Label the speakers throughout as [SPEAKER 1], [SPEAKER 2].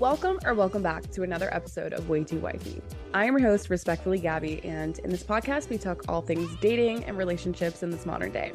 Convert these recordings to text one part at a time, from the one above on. [SPEAKER 1] Welcome or welcome back to another episode of Way Too Wifey. I am your host, respectfully Gabby, and in this podcast, we talk all things dating and relationships in this modern day.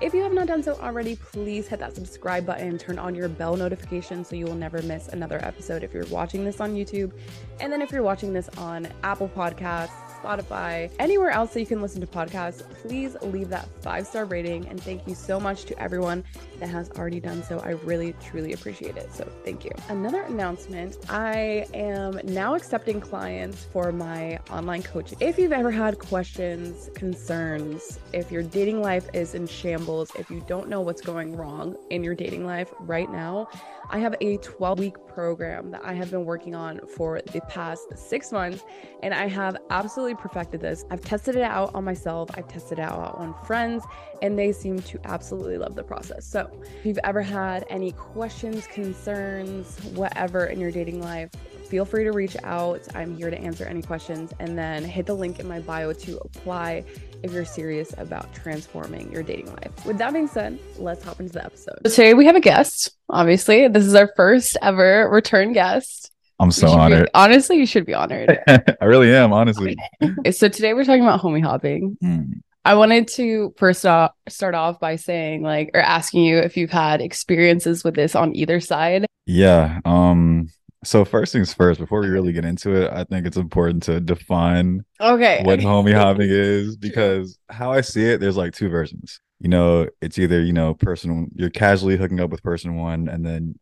[SPEAKER 1] If you have not done so already, please hit that subscribe button, turn on your bell notification so you will never miss another episode if you're watching this on YouTube. And then if you're watching this on Apple Podcasts, Spotify, anywhere else that you can listen to podcasts, please leave that five star rating. And thank you so much to everyone that has already done so. I really, truly appreciate it. So thank you. Another announcement I am now accepting clients for my online coaching. If you've ever had questions, concerns, if your dating life is in shambles, if you don't know what's going wrong in your dating life right now, I have a 12 week program that I have been working on for the past six months, and I have absolutely perfected this. I've tested it out on myself, I've tested it out on friends, and they seem to absolutely love the process. So, if you've ever had any questions, concerns, whatever in your dating life, feel free to reach out. I'm here to answer any questions, and then hit the link in my bio to apply if you're serious about transforming your dating life. With that being said, let's hop into the episode. So today we have a guest, obviously. This is our first ever return guest.
[SPEAKER 2] I'm
[SPEAKER 1] You
[SPEAKER 2] so
[SPEAKER 1] should be-
[SPEAKER 2] honored.
[SPEAKER 1] honestly, you should be honored.
[SPEAKER 2] I really am, honestly.
[SPEAKER 1] Okay, so today we're talking about homie hopping.
[SPEAKER 2] Mm.
[SPEAKER 1] I wanted to first off start off by saying like or asking you if you've had experiences with this on either side.
[SPEAKER 2] Yeah. Um. So first things first, before we really get into it, I think it's important to define
[SPEAKER 1] Okay.
[SPEAKER 2] what homie hopping is because how I see it, there's like two versions. You know, it's either you know person you're casually hooking up with person one, and then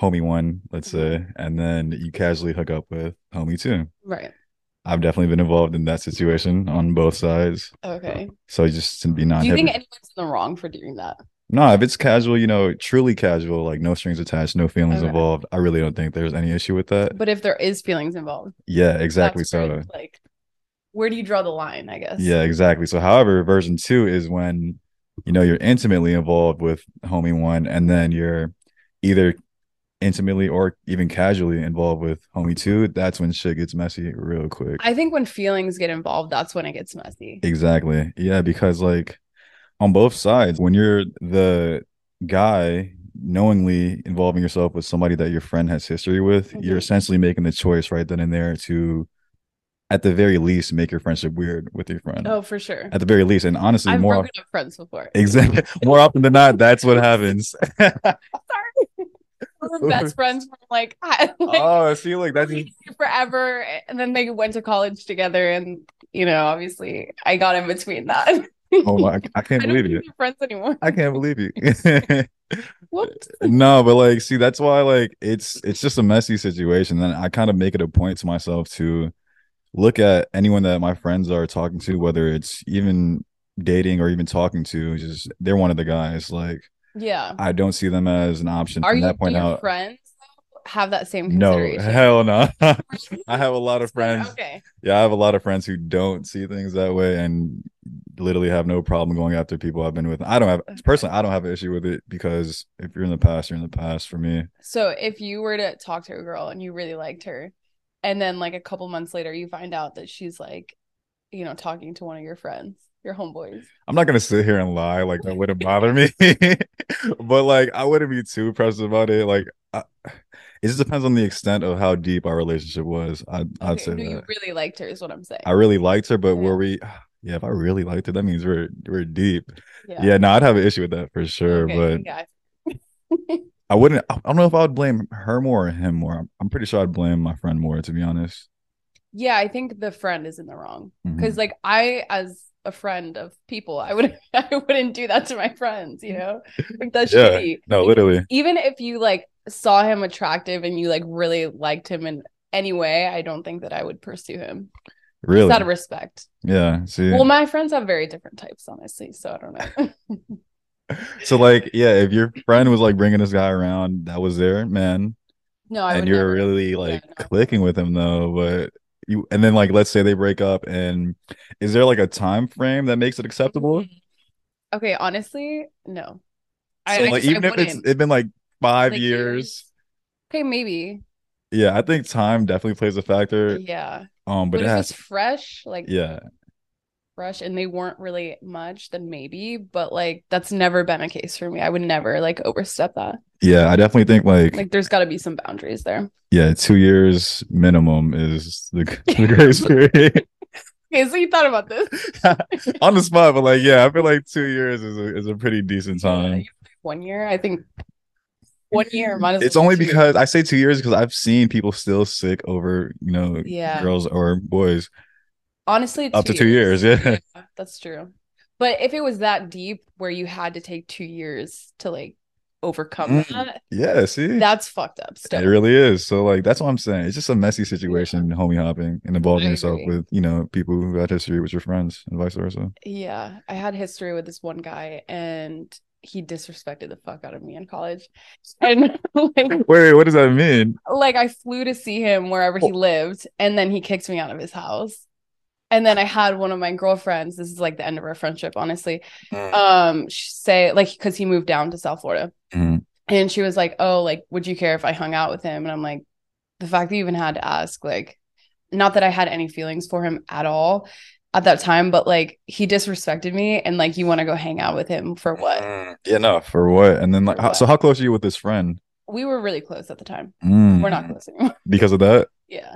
[SPEAKER 2] homie one, let's
[SPEAKER 1] Mm-hmm.
[SPEAKER 2] say, and then you casually hook up with homie two.
[SPEAKER 1] Right.
[SPEAKER 2] I've definitely been involved in that situation on both sides.
[SPEAKER 1] Okay.
[SPEAKER 2] So just to be not.
[SPEAKER 1] Do you
[SPEAKER 2] hypocr-
[SPEAKER 1] think anyone's in the wrong for doing that?
[SPEAKER 2] No, if it's casual, you know, truly casual, like no strings attached, no feelings
[SPEAKER 1] Okay.
[SPEAKER 2] involved, I really don't think there's any issue with that.
[SPEAKER 1] But if there is feelings involved,
[SPEAKER 2] Yeah, exactly.
[SPEAKER 1] that's where
[SPEAKER 2] So,
[SPEAKER 1] it's like where do you draw the line, I guess?
[SPEAKER 2] yeah, exactly. So, however, version two is when, you know, you're intimately involved with homie one, and then you're either intimately or even casually involved with homie two. That's when shit gets messy real quick.
[SPEAKER 1] I think when feelings get involved, that's when it gets messy.
[SPEAKER 2] Exactly. Yeah, because like on both sides, when you're the guy knowingly involving yourself with somebody that your friend has history with,
[SPEAKER 1] Mhm.
[SPEAKER 2] you're essentially making the choice right then and there to, at the very least, make your friendship weird with your friend.
[SPEAKER 1] Oh, for sure.
[SPEAKER 2] At the very least, and honestly,
[SPEAKER 1] I've
[SPEAKER 2] more
[SPEAKER 1] broken up friends before.
[SPEAKER 2] exactly more often than not, that's what happens.
[SPEAKER 1] We were best friends from like, I, like
[SPEAKER 2] oh, see, like that's
[SPEAKER 1] forever, and then they went to college together, and you know, obviously, I got in between that.
[SPEAKER 2] oh my, I can't
[SPEAKER 1] I don't
[SPEAKER 2] believe
[SPEAKER 1] think
[SPEAKER 2] you.
[SPEAKER 1] they're friends anymore.
[SPEAKER 2] I can't believe you.
[SPEAKER 1] Whoops.
[SPEAKER 2] no but like see that's why like it's it's just a messy situation and i kind of make it a point to myself to look at anyone that my friends are talking to whether it's even dating or even talking to just they're one of the guys like
[SPEAKER 1] Yeah.
[SPEAKER 2] i don't see them as an option
[SPEAKER 1] Are
[SPEAKER 2] from
[SPEAKER 1] you
[SPEAKER 2] that point
[SPEAKER 1] do your
[SPEAKER 2] out
[SPEAKER 1] friends though, have that same
[SPEAKER 2] no
[SPEAKER 1] consideration?
[SPEAKER 2] hell no i have a lot of friends
[SPEAKER 1] Okay.
[SPEAKER 2] yeah i have a lot of friends who don't see things that way and literally have no problem going after people i've been with i don't have personally i don't have an issue with it because if you're in the past you're in the past for me
[SPEAKER 1] So if you were to talk to a girl and you really liked her, and then like a couple months later you find out that she's like, you know, talking to one of your friends, your homeboys.
[SPEAKER 2] I'm not gonna sit here and lie like that wouldn't bother me, but like I wouldn't be too pressed about it. Like I, it just depends on the extent of how deep our relationship was. I, I'd
[SPEAKER 1] Okay,
[SPEAKER 2] say
[SPEAKER 1] no,
[SPEAKER 2] that
[SPEAKER 1] you really liked her is what I'm saying.
[SPEAKER 2] I really liked her, but
[SPEAKER 1] Yeah.
[SPEAKER 2] were we? Yeah, if I really liked her, that means we're we're deep. Yeah, no, I'd have an issue with that for sure.
[SPEAKER 1] Okay,
[SPEAKER 2] But
[SPEAKER 1] yeah.
[SPEAKER 2] I wouldn't. I I don't know if I would blame her more or him more. I'm, I'm pretty sure I'd blame my friend more, to be honest.
[SPEAKER 1] Yeah, I think the friend is in the wrong
[SPEAKER 2] Mhm.
[SPEAKER 1] because like I as a friend of people, I would I wouldn't do that to my friends, you know? Like that's
[SPEAKER 2] Yeah.
[SPEAKER 1] shitty.
[SPEAKER 2] No, literally.
[SPEAKER 1] Even if you like saw him attractive and you like really liked him in any way, I don't think that I would pursue him.
[SPEAKER 2] Really.
[SPEAKER 1] It's out of respect.
[SPEAKER 2] Yeah. See.
[SPEAKER 1] Well, my friends have very different types, honestly, so I don't know.
[SPEAKER 2] so like, yeah, if your friend was like bringing this guy around, that was their man.
[SPEAKER 1] no, I
[SPEAKER 2] and
[SPEAKER 1] would
[SPEAKER 2] you're
[SPEAKER 1] never.
[SPEAKER 2] really
[SPEAKER 1] Yeah,
[SPEAKER 2] like
[SPEAKER 1] no.
[SPEAKER 2] clicking with him though but you and then like let's say they break up and is there like a time frame that makes it acceptable
[SPEAKER 1] Okay, honestly, no.
[SPEAKER 2] So, like,
[SPEAKER 1] just-
[SPEAKER 2] even if it's
[SPEAKER 1] wouldn't.
[SPEAKER 2] it's been like five
[SPEAKER 1] Like,
[SPEAKER 2] years,
[SPEAKER 1] Okay, maybe.
[SPEAKER 2] yeah i think time definitely plays a factor
[SPEAKER 1] Yeah.
[SPEAKER 2] um but,
[SPEAKER 1] But,
[SPEAKER 2] it
[SPEAKER 1] if
[SPEAKER 2] has
[SPEAKER 1] it's fresh, like
[SPEAKER 2] yeah
[SPEAKER 1] crush and they weren't really much, then maybe. But like that's never been a case for me. I would never like overstep that.
[SPEAKER 2] Yeah, I definitely think like,
[SPEAKER 1] Like there's got to be some boundaries there.
[SPEAKER 2] yeah, two years minimum is the, the grace period
[SPEAKER 1] Okay, so you thought about this.
[SPEAKER 2] on the spot. But like, yeah, I feel like two years is a, is a pretty decent
[SPEAKER 1] Yeah,
[SPEAKER 2] time.
[SPEAKER 1] you think one year, I think. One year, might as
[SPEAKER 2] It's
[SPEAKER 1] well be
[SPEAKER 2] only
[SPEAKER 1] two years.
[SPEAKER 2] because I say two years because I've seen people still sick over you know
[SPEAKER 1] Yeah.
[SPEAKER 2] girls or boys.
[SPEAKER 1] honestly
[SPEAKER 2] Up to two years, yeah.
[SPEAKER 1] that's true but if it was that deep where you had to take two years to like overcome
[SPEAKER 2] Mm.
[SPEAKER 1] that
[SPEAKER 2] Yeah, see,
[SPEAKER 1] that's fucked up still
[SPEAKER 2] It really is. So like that's what I'm saying. It's just a messy situation, homie hopping and involving
[SPEAKER 1] I
[SPEAKER 2] yourself
[SPEAKER 1] agree.
[SPEAKER 2] with, you know, people who had history with your friends and vice versa.
[SPEAKER 1] yeah i had history with this one guy and he disrespected the fuck out of me in college and like
[SPEAKER 2] Wait, what does that mean?
[SPEAKER 1] like i flew to see him wherever he
[SPEAKER 2] Oh.
[SPEAKER 1] lived and then he kicked me out of his house and then i had one of my girlfriends this is like the end of our friendship honestly um sh- say like because he moved down to south florida
[SPEAKER 2] Mhm.
[SPEAKER 1] And she was like, Oh, like, would you care if I hung out with him? And I'm like, The fact that you even had to ask, like, not that I had any feelings for him at all at that time, but like, he disrespected me. And like, you want to go hang out with him for what?
[SPEAKER 2] Mm-hmm. Yeah, no, for what? And then like,
[SPEAKER 1] For
[SPEAKER 2] how,
[SPEAKER 1] what?
[SPEAKER 2] so how close are you with this friend?
[SPEAKER 1] We were really close at the time.
[SPEAKER 2] Mm,
[SPEAKER 1] We're not close anymore.
[SPEAKER 2] because of that.
[SPEAKER 1] yeah.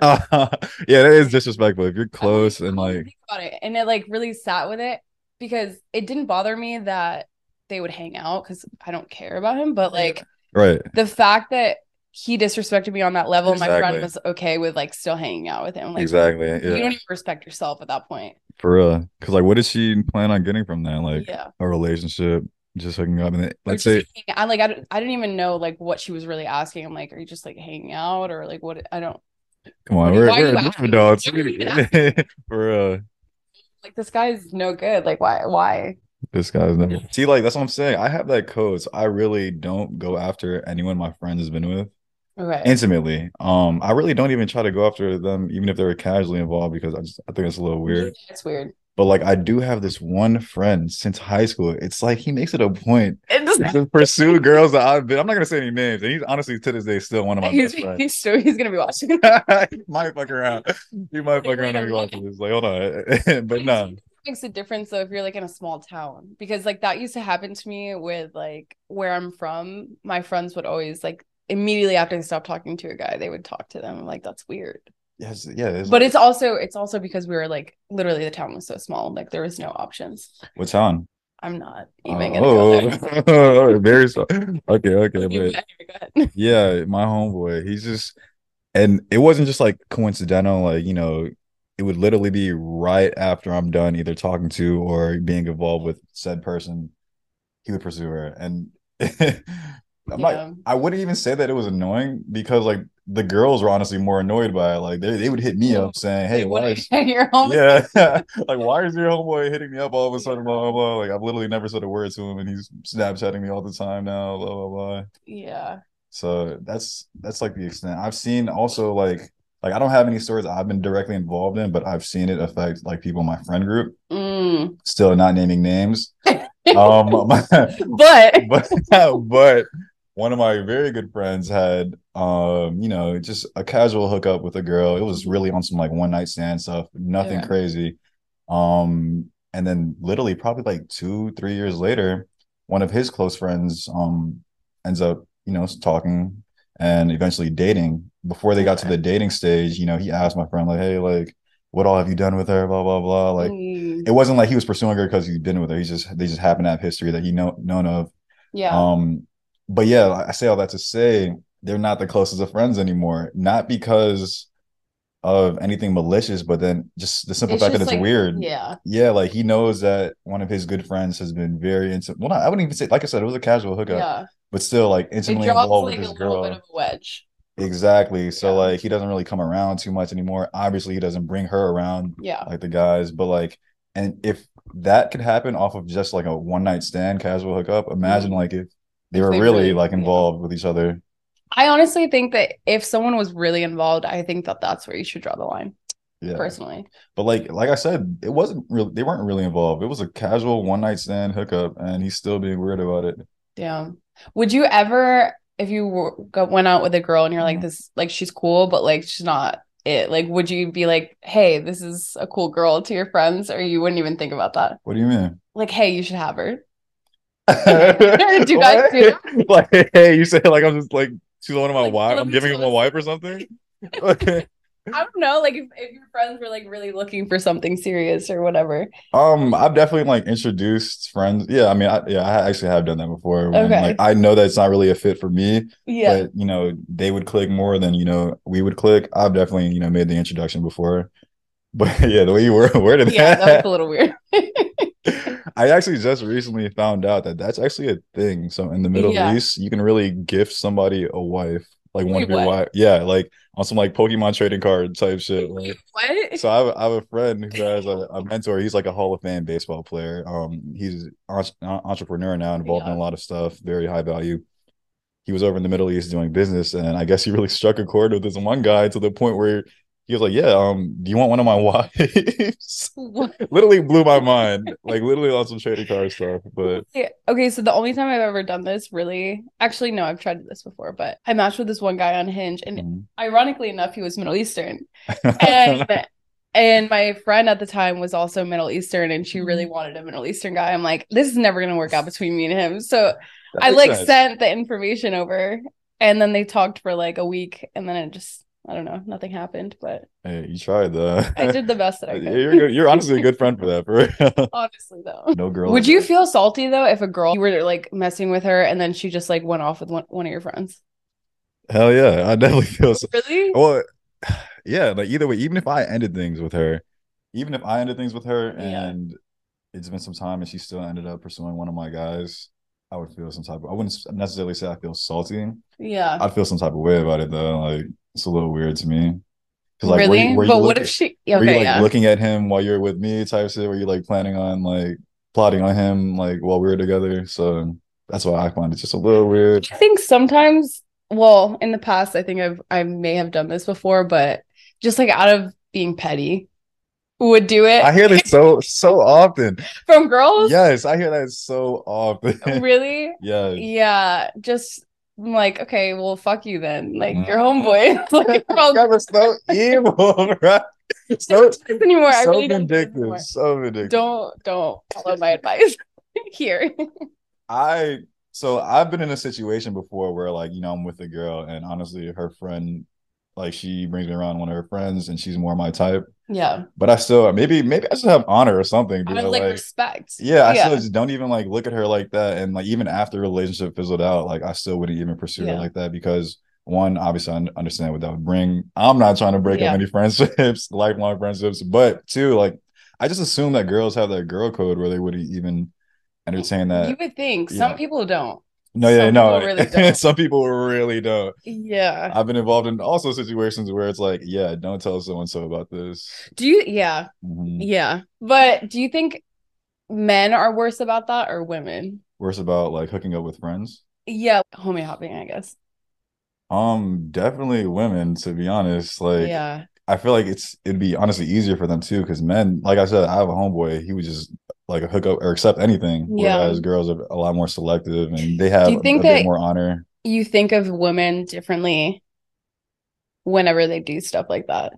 [SPEAKER 2] yeah, that is disrespectful. If you're close and like,
[SPEAKER 1] think about it. And it like really sat with it because it didn't bother me that they would hang out because I don't care about him, but like,
[SPEAKER 2] right?
[SPEAKER 1] the fact that he disrespected me on that level, my
[SPEAKER 2] Exactly.
[SPEAKER 1] friend was okay with like still hanging out with him. Like,
[SPEAKER 2] exactly.
[SPEAKER 1] you
[SPEAKER 2] Yeah,
[SPEAKER 1] don't even respect yourself at that point.
[SPEAKER 2] for real. Because like, what does she plan on getting from that? Like
[SPEAKER 1] yeah.
[SPEAKER 2] a relationship, just hooking up, and then,
[SPEAKER 1] Or
[SPEAKER 2] let's
[SPEAKER 1] just
[SPEAKER 2] say,
[SPEAKER 1] hanging- I like I, don't- I didn't even know like what she was really asking. I'm like, are you just like hanging out or like what? I don't
[SPEAKER 2] come
[SPEAKER 1] Why
[SPEAKER 2] on, we're,
[SPEAKER 1] are you
[SPEAKER 2] we're
[SPEAKER 1] asking?
[SPEAKER 2] adults.
[SPEAKER 1] Why are you
[SPEAKER 2] for real.
[SPEAKER 1] like this guy's no good. Like why? Why?
[SPEAKER 2] This guy's never. See, like that's what I'm saying. I have that code. So I really don't go after anyone my friend has been with
[SPEAKER 1] Okay.
[SPEAKER 2] intimately. Um, I really don't even try to go after them, even if they were casually involved, because I just I think it's a little weird.
[SPEAKER 1] Yeah, It's weird.
[SPEAKER 2] But like, I do have this one friend since high school. It's like he makes it a point
[SPEAKER 1] It's
[SPEAKER 2] to pursue girls that I've been. I'm not gonna say any names, and he's honestly to this day still one of my
[SPEAKER 1] he's,
[SPEAKER 2] best friends.
[SPEAKER 1] he's so he's gonna be watching.
[SPEAKER 2] he might fuck around. He might fuck around if he watches this. Like, hold on, but no.
[SPEAKER 1] makes a difference though if you're like in a small town because like that used to happen to me with like where I'm from. My friends would always like immediately after they stopped talking to a guy, they would talk to them. I'm like that's weird.
[SPEAKER 2] Yes, yeah. It's
[SPEAKER 1] But it's also it's also because we were like literally the town was so small, like there was no options.
[SPEAKER 2] what's on.
[SPEAKER 1] I'm not
[SPEAKER 2] Oh,
[SPEAKER 1] even gonna go there.
[SPEAKER 2] oh, very so. Okay, okay,
[SPEAKER 1] You-
[SPEAKER 2] but
[SPEAKER 1] anyway, go ahead.
[SPEAKER 2] yeah, my homeboy, he's just, and it wasn't just like coincidental. Like you know, it would literally be right after I'm done either talking to or being involved with said person, he would pursue her, and I'm like,
[SPEAKER 1] Yeah.
[SPEAKER 2] I wouldn't even say that it was annoying because like the girls were honestly more annoyed by it. Like they they would hit me up saying, "Hey,
[SPEAKER 1] Like,
[SPEAKER 2] why
[SPEAKER 1] what
[SPEAKER 2] is
[SPEAKER 1] are your home?
[SPEAKER 2] yeah, like why is your homeboy hitting me up all of a sudden? Blah blah blah. Like I've literally never said a word to him, and he's snapchatting me all the time now. Blah blah blah.
[SPEAKER 1] Yeah.
[SPEAKER 2] So that's that's like the extent I've seen. Also, like like I don't have any stories I've been directly involved in, but I've seen it affect like people in my friend group.
[SPEAKER 1] Mm.
[SPEAKER 2] Still not naming names. Um,
[SPEAKER 1] But
[SPEAKER 2] but but one of my very good friends had um you know just a casual hookup with a girl it was really on some like one night stand stuff nothing
[SPEAKER 1] Yeah.
[SPEAKER 2] crazy um and then literally probably like two three years later one of his close friends um ends up you know talking and eventually dating before they got to the dating stage you know he asked my friend like hey like what all have you done with her blah blah blah like
[SPEAKER 1] Mm.
[SPEAKER 2] it wasn't like he was pursuing her because he's been with her he's just they just happened to have history that he know known of
[SPEAKER 1] yeah.
[SPEAKER 2] um, but yeah, I say all that to say they're not the closest of friends anymore. Not because of anything malicious, but then just the simple
[SPEAKER 1] It's
[SPEAKER 2] fact that
[SPEAKER 1] just,
[SPEAKER 2] it's
[SPEAKER 1] like,
[SPEAKER 2] weird.
[SPEAKER 1] Yeah.
[SPEAKER 2] Yeah, like he knows that one of his good friends has been very intimate. Well, not, I wouldn't even say, like I said, it was a casual hookup,
[SPEAKER 1] Yeah.
[SPEAKER 2] but still like
[SPEAKER 1] It
[SPEAKER 2] intimately
[SPEAKER 1] drops
[SPEAKER 2] involved
[SPEAKER 1] like
[SPEAKER 2] with
[SPEAKER 1] a
[SPEAKER 2] his
[SPEAKER 1] little
[SPEAKER 2] girl.
[SPEAKER 1] bit of a wedge.
[SPEAKER 2] Exactly. So
[SPEAKER 1] Yeah.
[SPEAKER 2] like he doesn't really come around too much anymore. Obviously, he doesn't bring her around
[SPEAKER 1] Yeah.
[SPEAKER 2] like the guys, but like, and if that could happen off of just like a one night stand, casual hookup, imagine
[SPEAKER 1] Mhm.
[SPEAKER 2] like if they
[SPEAKER 1] If
[SPEAKER 2] were
[SPEAKER 1] they
[SPEAKER 2] really,
[SPEAKER 1] really-
[SPEAKER 2] like
[SPEAKER 1] yeah.
[SPEAKER 2] involved with each other.
[SPEAKER 1] I honestly think that if someone was really involved, I think that that's where you should draw the line
[SPEAKER 2] Yeah.
[SPEAKER 1] personally.
[SPEAKER 2] But like, like I said, it wasn't really, they weren't really involved. It was a casual one night stand hookup, and he's still being weird about it.
[SPEAKER 1] Damn. Would you ever, if you were, go, went out with a girl and you're like
[SPEAKER 2] Mhm.
[SPEAKER 1] this, like she's cool, but like she's not it? Like, would you be like, hey, this is a cool girl to your friends, or you wouldn't even think about that?
[SPEAKER 2] What do you mean?
[SPEAKER 1] Like, hey, you should have her.
[SPEAKER 2] do
[SPEAKER 1] you guys do that?
[SPEAKER 2] Like, hey, you say like I'm just like she's one of my
[SPEAKER 1] Like,
[SPEAKER 2] wife.
[SPEAKER 1] let
[SPEAKER 2] I'm
[SPEAKER 1] me
[SPEAKER 2] giving
[SPEAKER 1] tell
[SPEAKER 2] him a
[SPEAKER 1] you.
[SPEAKER 2] wife or something. Okay.
[SPEAKER 1] I don't know. Like, if, if your friends were like really looking for something serious or whatever.
[SPEAKER 2] Um, I've definitely like introduced friends. Yeah, I mean, I, yeah, I actually have done that before. When,
[SPEAKER 1] Okay.
[SPEAKER 2] Like, I know that it's not really a fit for me,
[SPEAKER 1] Yeah.
[SPEAKER 2] but you know, they would click more than you know we would click. I've definitely you know made the introduction before, but yeah, the way you were worded
[SPEAKER 1] yeah, that was a little weird.
[SPEAKER 2] I actually just recently found out that that's actually a thing. So in the Middle
[SPEAKER 1] Yeah.
[SPEAKER 2] East, you can really gift somebody a wife, like one
[SPEAKER 1] Wait,
[SPEAKER 2] of your
[SPEAKER 1] what?
[SPEAKER 2] wife. Yeah, like on some like Pokemon trading card type shit. like-
[SPEAKER 1] what?
[SPEAKER 2] So I have, I have a friend who has a, a mentor. He's like a Hall of Fame baseball player. Um, he's an entrepreneur now, involved in
[SPEAKER 1] Yeah.
[SPEAKER 2] a lot of stuff, very high value. He was over in the Middle East doing business, and I guess he really struck a chord with this one guy to the point where he was like, "Yeah, um, do you want one of my wives?"
[SPEAKER 1] What?
[SPEAKER 2] literally blew my mind. Like literally on some trading card stuff. But
[SPEAKER 1] Yeah. Okay, so the only time I've ever done this really, actually, no, I've tried this before, but I matched with this one guy on Hinge, and
[SPEAKER 2] Mhm.
[SPEAKER 1] ironically enough, he was Middle Eastern. and and my friend at the time was also Middle Eastern, and she
[SPEAKER 2] Mm.
[SPEAKER 1] really wanted a Middle Eastern guy. I'm like, this is never gonna work out between me and him. So
[SPEAKER 2] That
[SPEAKER 1] I
[SPEAKER 2] makes
[SPEAKER 1] like
[SPEAKER 2] sense.
[SPEAKER 1] sent the information over, and then they talked for like a week, and then it just I don't know, nothing happened. But
[SPEAKER 2] Hey, you tried the.
[SPEAKER 1] I did the best that I could.
[SPEAKER 2] you're good. You're honestly a good friend for that. For real.
[SPEAKER 1] Honestly, though.
[SPEAKER 2] no girl.
[SPEAKER 1] Would you feel salty though if a girl you were like messing with her and then she just like went off with one, one of your friends?
[SPEAKER 2] Hell yeah, I definitely feel. So.
[SPEAKER 1] Really?
[SPEAKER 2] Well, yeah. Like either way, even if I ended things with her, even if I ended things with her,
[SPEAKER 1] Yeah.
[SPEAKER 2] and it's been some time, and she still ended up pursuing one of my guys. I would feel some type of. I wouldn't necessarily say I feel salty.
[SPEAKER 1] Yeah.
[SPEAKER 2] I'd feel some type of way about it though. Like it's a little weird to me. 'Cause, like, were
[SPEAKER 1] really?
[SPEAKER 2] you- were you
[SPEAKER 1] but what
[SPEAKER 2] looking-
[SPEAKER 1] if she?
[SPEAKER 2] Were you
[SPEAKER 1] Okay,
[SPEAKER 2] like
[SPEAKER 1] yeah.
[SPEAKER 2] looking at him while you're with me type shit? Were you like planning on like plotting on him like while we were together? So that's why I find it just a little weird.
[SPEAKER 1] I think sometimes, well, in the past, I think I've I may have done this before, but just like out of being petty, would do it
[SPEAKER 2] I hear this so so often.
[SPEAKER 1] from girls.
[SPEAKER 2] Yes, I hear that so often.
[SPEAKER 1] Really?
[SPEAKER 2] yes.
[SPEAKER 1] Yeah. Just I'm like, okay, well, fuck you then. Like
[SPEAKER 2] Mhm.
[SPEAKER 1] your homeboy. like you're all
[SPEAKER 2] That was so evil, right? So
[SPEAKER 1] this anymore. I
[SPEAKER 2] so
[SPEAKER 1] really don't do this
[SPEAKER 2] vindictive,
[SPEAKER 1] anymore.
[SPEAKER 2] so vindictive.
[SPEAKER 1] Don't don't follow my advice here.
[SPEAKER 2] I so I've been in a situation before where like you know I'm with a girl and honestly her friend like she brings me around one of her friends and she's more my type.
[SPEAKER 1] Yeah.
[SPEAKER 2] but I still maybe maybe I should have honor or something.
[SPEAKER 1] I
[SPEAKER 2] dude.
[SPEAKER 1] would like
[SPEAKER 2] like,
[SPEAKER 1] respect.
[SPEAKER 2] yeah, I
[SPEAKER 1] yeah.
[SPEAKER 2] still just don't even like look at her like that. And like even after the relationship fizzled out, like I still wouldn't even pursue
[SPEAKER 1] Yeah.
[SPEAKER 2] her like that because one, obviously I un- understand what that would bring. I'm not trying to break
[SPEAKER 1] Yeah.
[SPEAKER 2] up any friendships, lifelong friendships. But two, like I just assume that girls have that girl code where they wouldn't even entertain that.
[SPEAKER 1] You would think
[SPEAKER 2] yeah.
[SPEAKER 1] some people don't.
[SPEAKER 2] no, yeah,
[SPEAKER 1] some
[SPEAKER 2] no.
[SPEAKER 1] people really don't.
[SPEAKER 2] some people really don't.
[SPEAKER 1] Yeah.
[SPEAKER 2] I've been involved in also situations where it's like, yeah, don't tell so and so about this.
[SPEAKER 1] Do you? Yeah.
[SPEAKER 2] Mhm.
[SPEAKER 1] Yeah. But do you think men are worse about that or women?
[SPEAKER 2] Worse about like hooking up with friends.
[SPEAKER 1] Yeah. Homie hopping, I guess.
[SPEAKER 2] Um, definitely women, to be honest. Like,
[SPEAKER 1] yeah.
[SPEAKER 2] I feel like it's it'd be honestly easier for them too, because men, like I said, I have a homeboy. He would just like hook up or accept anything,
[SPEAKER 1] Yeah.
[SPEAKER 2] whereas girls are a lot more selective and they have
[SPEAKER 1] you think
[SPEAKER 2] a bit
[SPEAKER 1] that-
[SPEAKER 2] more honor.
[SPEAKER 1] You think of women differently whenever they do stuff like that.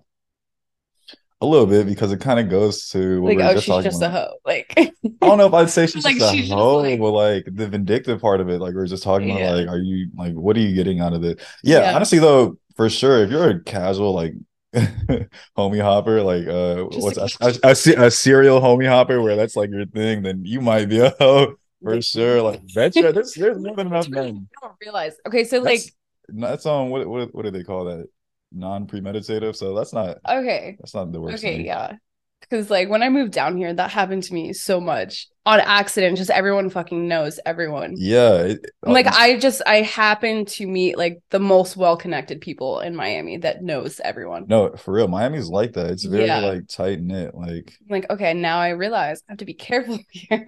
[SPEAKER 2] A little bit because it kind of goes to what
[SPEAKER 1] Like,
[SPEAKER 2] we were
[SPEAKER 1] oh,
[SPEAKER 2] just
[SPEAKER 1] she's
[SPEAKER 2] talking
[SPEAKER 1] just a
[SPEAKER 2] about.
[SPEAKER 1] hoe. Like,
[SPEAKER 2] I don't know if I'd say she's
[SPEAKER 1] Like,
[SPEAKER 2] just a
[SPEAKER 1] she's just,
[SPEAKER 2] hoe,
[SPEAKER 1] like-
[SPEAKER 2] but like the vindictive part of it, like we were just talking about,
[SPEAKER 1] Yeah.
[SPEAKER 2] like, are you like, what are you getting out of it? Yeah,
[SPEAKER 1] Yeah.
[SPEAKER 2] honestly though, for sure, if you're a casual like homie hopper, like uh,
[SPEAKER 1] Just
[SPEAKER 2] what's
[SPEAKER 1] a
[SPEAKER 2] a,
[SPEAKER 1] casual-
[SPEAKER 2] a, a se- a serial homie hopper where that's like your thing, then you might be a hoe for sure. Like, bet you there's there's more than enough men.
[SPEAKER 1] I don't realize. Okay. So, like,
[SPEAKER 2] That's, that's um, what what what do they call that? Non-premeditative. So that's not
[SPEAKER 1] okay.
[SPEAKER 2] that's not the worst.
[SPEAKER 1] Okay.
[SPEAKER 2] thing.
[SPEAKER 1] Yeah. Because, like, when I moved down here, that happened to me so much on accident. Just everyone fucking knows everyone.
[SPEAKER 2] Yeah, it- um,
[SPEAKER 1] like i just i happen to meet like the most well-connected people in miami that knows everyone
[SPEAKER 2] No, for real, Miami's like that. It's very
[SPEAKER 1] Yeah.
[SPEAKER 2] like tight knit. Like,
[SPEAKER 1] I'm like okay now i realize i have to be careful here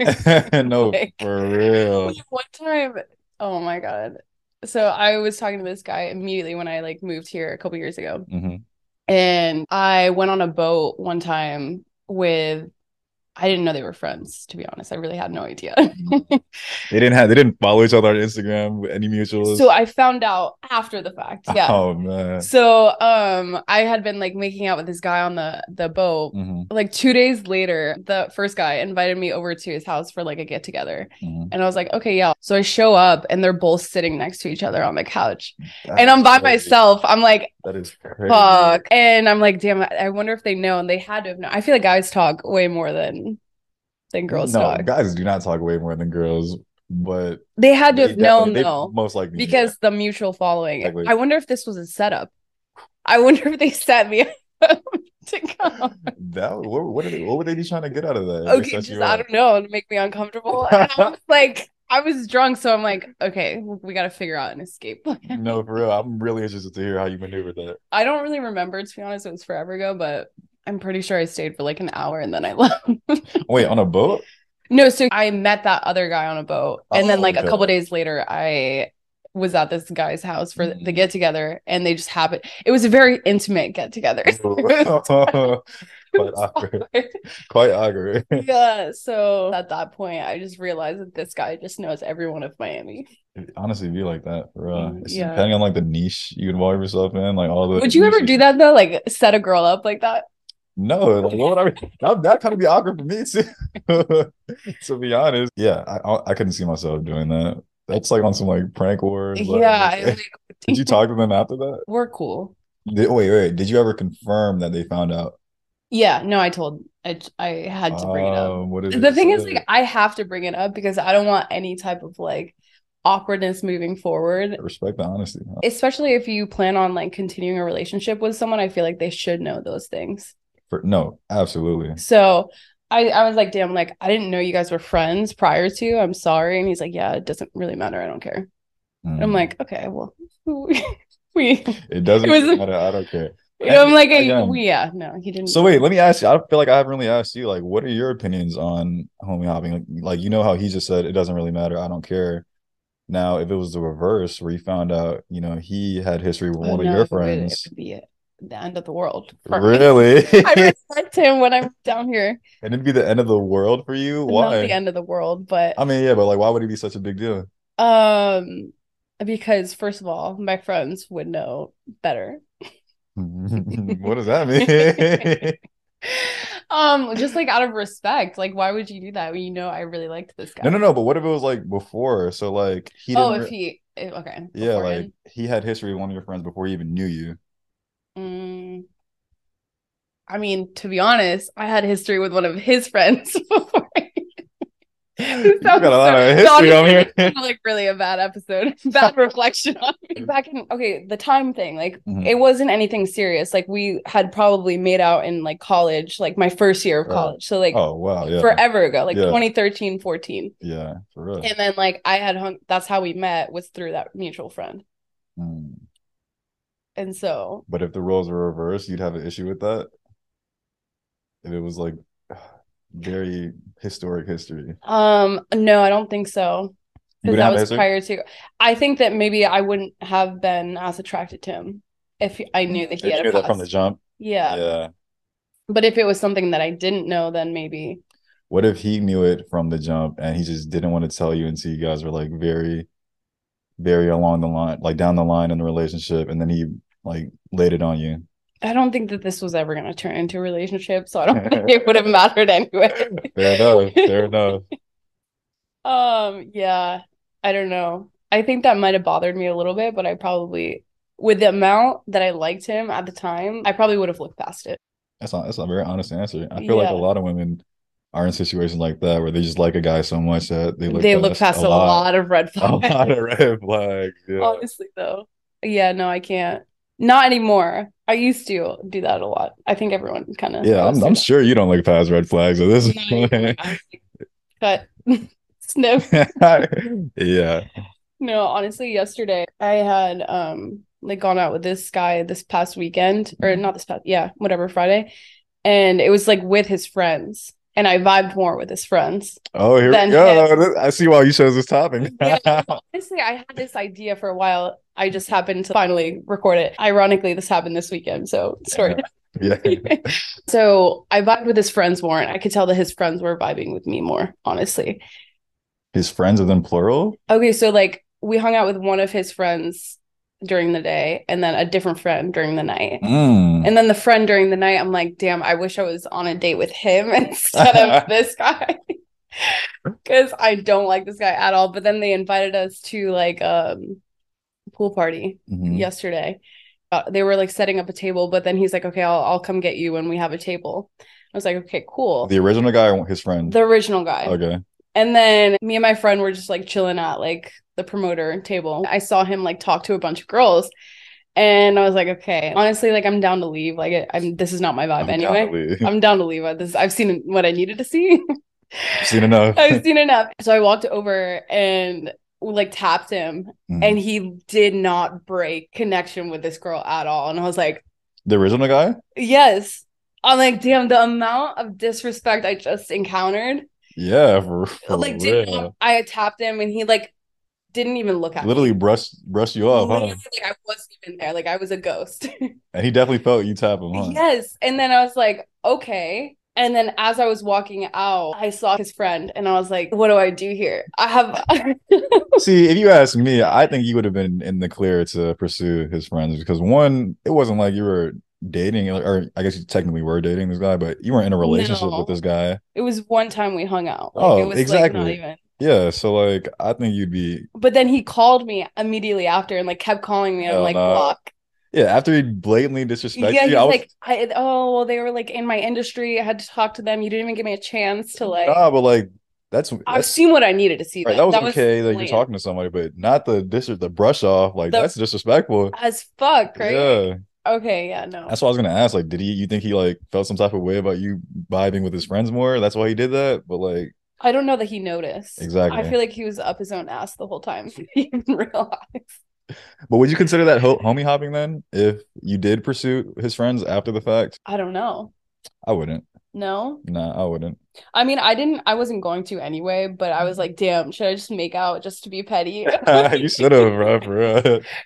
[SPEAKER 2] no,
[SPEAKER 1] Like-
[SPEAKER 2] for real.
[SPEAKER 1] Like, one time oh my god so i was talking to this guy immediately when i like moved here a couple years ago
[SPEAKER 2] Mhm.
[SPEAKER 1] and i went on a boat one time with I didn't know they were friends, to be honest. I really had no idea.
[SPEAKER 2] They didn't have they didn't follow each other on Instagram any mutuals.
[SPEAKER 1] so I found out after the fact. Yeah.
[SPEAKER 2] Oh man.
[SPEAKER 1] So um I had been like making out with this guy on the the boat.
[SPEAKER 2] Mhm,
[SPEAKER 1] Like 2 days later, the first guy invited me over to his house for like a get together.
[SPEAKER 2] mhm.
[SPEAKER 1] And I was like, "Okay, yeah." So I show up and they're both sitting next to each other on the couch.
[SPEAKER 2] That
[SPEAKER 1] And I'm
[SPEAKER 2] is
[SPEAKER 1] by
[SPEAKER 2] crazy.
[SPEAKER 1] myself. I'm like,
[SPEAKER 2] That is crazy.
[SPEAKER 1] "Fuck." And I'm like, "Damn, I I wonder if they know." And they had to have known. I feel like guys talk way more than than girls
[SPEAKER 2] no,
[SPEAKER 1] talk.
[SPEAKER 2] guys do not talk way more than girls, but
[SPEAKER 1] They had to
[SPEAKER 2] they
[SPEAKER 1] have
[SPEAKER 2] definitely-
[SPEAKER 1] known
[SPEAKER 2] they
[SPEAKER 1] though.
[SPEAKER 2] Most likely do
[SPEAKER 1] because the mutual following.
[SPEAKER 2] Exactly.
[SPEAKER 1] I wonder if this was a setup. I wonder if they set me up to come.
[SPEAKER 2] that. That would- what, what, are they, what would they be trying to get out of that? if they
[SPEAKER 1] Okay,
[SPEAKER 2] set
[SPEAKER 1] just
[SPEAKER 2] you
[SPEAKER 1] I
[SPEAKER 2] up?
[SPEAKER 1] don't know, to make me uncomfortable. And I was like, I was drunk, so I'm like, okay, we got to figure out an escape plan.
[SPEAKER 2] No, for real. I'm really interested to hear how you maneuvered that.
[SPEAKER 1] I don't really remember, to be honest. It was forever ago, but I'm pretty sure I stayed for like an hour and then I left.
[SPEAKER 2] Wait, on a boat?
[SPEAKER 1] no, so I met that other guy on a boat, and then
[SPEAKER 2] Oh,
[SPEAKER 1] like a
[SPEAKER 2] okay.
[SPEAKER 1] couple days later, I was at this guy's house for the
[SPEAKER 2] Mhm.
[SPEAKER 1] get together, and they just happened. It was a very intimate get together.
[SPEAKER 2] quite awkward. Quite awkward.
[SPEAKER 1] yeah. So at that point, I just realized that this guy just knows everyone of Miami.
[SPEAKER 2] It'd honestly be like that for real.
[SPEAKER 1] Mm,
[SPEAKER 2] It's
[SPEAKER 1] yeah.
[SPEAKER 2] depending on like the niche you involve yourself in, like all the
[SPEAKER 1] Would you ever do that though? Like set a girl up like that?
[SPEAKER 2] No, like what would I that that kind of be awkward for me too. to be honest. Yeah, I- I I couldn't see myself doing that. That's like on some like prank wars. like-
[SPEAKER 1] yeah. I, like,
[SPEAKER 2] Did you talk to them after that?
[SPEAKER 1] We're cool.
[SPEAKER 2] Did, wait, wait. Did you ever confirm that they found out?
[SPEAKER 1] Yeah. No, I told. I I had to bring it up.
[SPEAKER 2] Um, what is
[SPEAKER 1] The
[SPEAKER 2] it?
[SPEAKER 1] thing is,
[SPEAKER 2] Say.
[SPEAKER 1] like, I have to bring it up because I don't want any type of like awkwardness moving forward.
[SPEAKER 2] respect the honesty. huh?
[SPEAKER 1] Especially if you plan on like continuing a relationship with someone, I feel like they should know those things.
[SPEAKER 2] For, no, absolutely.
[SPEAKER 1] So I, I was like, damn, like I didn't know you guys were friends prior to. I'm sorry. And he's like, yeah, it doesn't really matter. I don't care. And I'm
[SPEAKER 2] Mm.
[SPEAKER 1] like, okay, well, we,
[SPEAKER 2] it doesn't
[SPEAKER 1] it was-
[SPEAKER 2] matter. I don't care.
[SPEAKER 1] I'm like,
[SPEAKER 2] Again.
[SPEAKER 1] yeah, no, he didn't.
[SPEAKER 2] So wait, let me ask you. I feel like I haven't really asked you. Like, what are your opinions on homie hopping? Like, like, you know how he just said it doesn't really matter. I don't care. Now, if it was the reverse, where you found out, you know, he had history with
[SPEAKER 1] Oh,
[SPEAKER 2] one of
[SPEAKER 1] no,
[SPEAKER 2] your
[SPEAKER 1] it would- it
[SPEAKER 2] friends,
[SPEAKER 1] would be it- the end of the world. for me.
[SPEAKER 2] really,
[SPEAKER 1] I respect him when I'm down here.
[SPEAKER 2] and it'd be the end of the world for you.
[SPEAKER 1] Not the
[SPEAKER 2] Why?
[SPEAKER 1] end of the world, but
[SPEAKER 2] I mean, yeah, but like, why would it be such a big deal?
[SPEAKER 1] um, because first of all, my friends would know better.
[SPEAKER 2] What does that mean?
[SPEAKER 1] Um, just like out of respect, like why would you do that when you know I really liked this guy?
[SPEAKER 2] No, no, no. But what if it was like before? So like he
[SPEAKER 1] Oh,
[SPEAKER 2] didn't.
[SPEAKER 1] if
[SPEAKER 2] re-
[SPEAKER 1] he eh, okay.
[SPEAKER 2] yeah, like
[SPEAKER 1] beforehand.
[SPEAKER 2] he had history with one of your friends before he even knew you.
[SPEAKER 1] Mm. I mean, to be honest, I had history with one of his friends before.
[SPEAKER 2] You got a lot of history on here.
[SPEAKER 1] like really a bad episode, bad reflection on me. Back in okay, the time thing, like
[SPEAKER 2] Mhm.
[SPEAKER 1] it wasn't anything serious. Like we had probably made out in like college, like my first year of
[SPEAKER 2] Right.
[SPEAKER 1] college. So like
[SPEAKER 2] Oh wow, yeah,
[SPEAKER 1] forever ago, like
[SPEAKER 2] Yeah.
[SPEAKER 1] 2013, 14.
[SPEAKER 2] yeah, for real.
[SPEAKER 1] And then like I had hung that's how we met was through that mutual friend.
[SPEAKER 2] Mm.
[SPEAKER 1] And so
[SPEAKER 2] But if the roles were reversed, you'd have an issue with that. If it was like very historic history,
[SPEAKER 1] Um, no, I don't think so. Because
[SPEAKER 2] You would
[SPEAKER 1] that
[SPEAKER 2] have
[SPEAKER 1] was
[SPEAKER 2] answered?
[SPEAKER 1] prior to. I think that maybe I wouldn't have been as attracted to him if I knew that he had
[SPEAKER 2] If you
[SPEAKER 1] a
[SPEAKER 2] knew that from the
[SPEAKER 1] past.
[SPEAKER 2] jump.
[SPEAKER 1] Yeah.
[SPEAKER 2] Yeah.
[SPEAKER 1] But if it was something that I didn't know, then maybe.
[SPEAKER 2] What if he knew it from the jump and he just didn't want to tell you until you guys were like very, very along the line, like down the line in the relationship, and then he like laid it on you?
[SPEAKER 1] I don't think that this was ever going to turn into a relationship, so I don't think it would have mattered anyway.
[SPEAKER 2] Fair enough. Fair enough.
[SPEAKER 1] Um, yeah, I don't know. I think that might have bothered me a little bit, but I probably, with the amount that I liked him at the time, I probably would have looked past it.
[SPEAKER 2] That's not, that's a very honest answer. I feel like a
[SPEAKER 1] Yeah.
[SPEAKER 2] lot of women are in situations like that where they just like a guy so much that they look
[SPEAKER 1] They look past a lot Oh, of red
[SPEAKER 2] a
[SPEAKER 1] flags.
[SPEAKER 2] lot of red flags. Yeah.
[SPEAKER 1] Honestly, though. Yeah, no, I can't. Not anymore. I used to do that a lot. I think everyone kind of
[SPEAKER 2] yeah, I'm, I'm sure you don't look past red flags at this point.
[SPEAKER 1] Cut. Sniff.
[SPEAKER 2] yeah.
[SPEAKER 1] No, honestly, yesterday I had um like gone out with this guy this past weekend or
[SPEAKER 2] Mm-hmm.
[SPEAKER 1] not this past yeah, whatever Friday. And it was like with his friends. And I vibed more with his friends.
[SPEAKER 2] Oh, here
[SPEAKER 1] Then
[SPEAKER 2] we go. This- I see why you chose this topic.
[SPEAKER 1] Yeah. Honestly, I had this idea for a while. I just happened to finally record it. Ironically, this happened this weekend, so story.
[SPEAKER 2] Yeah.
[SPEAKER 1] so I vibed with his friends more, and I could tell that his friends were vibing with me more, honestly.
[SPEAKER 2] His friends are then plural?
[SPEAKER 1] Okay, so like we hung out with one of his friends during the day and then a different friend during the night.
[SPEAKER 2] Mm.
[SPEAKER 1] And then the friend during the night, I'm like, damn, I wish I was on a date with him instead of this guy. Cause I don't like this guy at all. But then they invited us to like um pool party
[SPEAKER 2] Mhm.
[SPEAKER 1] yesterday. Uh, they were like setting up a table, but then he's like, "Okay, I'll I'll come get you when we have a table." I was like, "Okay, cool."
[SPEAKER 2] The
[SPEAKER 1] The,
[SPEAKER 2] original guy or his friend?
[SPEAKER 1] original guy.
[SPEAKER 2] okay.
[SPEAKER 1] And then me and my friend were just like chilling at like the promoter table. I saw him like talk to a bunch of girls, and I was like, "Okay, honestly, like I'm down to leave. Like I- I'm this is not my vibe
[SPEAKER 2] I'm
[SPEAKER 1] anyway.
[SPEAKER 2] probably-
[SPEAKER 1] I'm down to leave. I- This I've seen what I needed to see."
[SPEAKER 2] Seen enough.
[SPEAKER 1] I've seen enough. So I walked over and like tapped him
[SPEAKER 2] Mhm.
[SPEAKER 1] and he did not break connection with this girl at all. And I was like,
[SPEAKER 2] the original guy?
[SPEAKER 1] yes. I'm like, damn, the amount of disrespect I just encountered.
[SPEAKER 2] Yeah. For, for
[SPEAKER 1] like, did
[SPEAKER 2] real.
[SPEAKER 1] not, I tapped him and he like didn't even look at
[SPEAKER 2] Literally
[SPEAKER 1] me.
[SPEAKER 2] brush brush you off,
[SPEAKER 1] Literally,
[SPEAKER 2] huh?
[SPEAKER 1] like I wasn't even there. Like I was a ghost.
[SPEAKER 2] And he definitely felt you tap him, huh?
[SPEAKER 1] Yes. And then I was like, okay. And then as I was walking out, I saw his friend and I was like, what do I do here? I have
[SPEAKER 2] See, if you ask me, I think you would have been in the clear to pursue his friends because one, it wasn't like you were dating, or- or I guess you technically were dating this guy, but you weren't in a relationship
[SPEAKER 1] No.
[SPEAKER 2] with this guy.
[SPEAKER 1] it was one time we hung out. Like
[SPEAKER 2] Oh,
[SPEAKER 1] it was like not
[SPEAKER 2] exactly.
[SPEAKER 1] even
[SPEAKER 2] Yeah, so like I think you'd be
[SPEAKER 1] But then he called me immediately after and like kept calling me. I'm
[SPEAKER 2] Hell
[SPEAKER 1] like,
[SPEAKER 2] no.
[SPEAKER 1] block.
[SPEAKER 2] yeah after he blatantly disrespected
[SPEAKER 1] Yeah,
[SPEAKER 2] you.
[SPEAKER 1] he's
[SPEAKER 2] I was
[SPEAKER 1] like, I oh well, they were like in my industry. I had to talk to them. You didn't even give me a chance to like.
[SPEAKER 2] nah, but like that's
[SPEAKER 1] I've
[SPEAKER 2] Oh, that's
[SPEAKER 1] seen what I needed to see.
[SPEAKER 2] right,
[SPEAKER 1] then.
[SPEAKER 2] that was okay that you're
[SPEAKER 1] blatant.
[SPEAKER 2] talking to somebody, but not the dis the brush off like
[SPEAKER 1] The-
[SPEAKER 2] that's disrespectful.
[SPEAKER 1] as fuck, right?
[SPEAKER 2] Yeah,
[SPEAKER 1] Okay, yeah, no.
[SPEAKER 2] that's what I was gonna ask. Like, did he? You think he like felt some type of way about you vibing with his friends more? That's why he did that. But like,
[SPEAKER 1] I don't know that he noticed.
[SPEAKER 2] Exactly.
[SPEAKER 1] I feel like he was up his own ass the whole time. He didn't realize.
[SPEAKER 2] But would you consider that ho homie hopping then? If you did pursue his friends after the fact,
[SPEAKER 1] I don't know.
[SPEAKER 2] I wouldn't.
[SPEAKER 1] No,
[SPEAKER 2] Nah, I wouldn't.
[SPEAKER 1] I mean, I didn't. I wasn't going to anyway. But I was like, damn, should I just make out just to be petty?
[SPEAKER 2] you should have, bro. For real.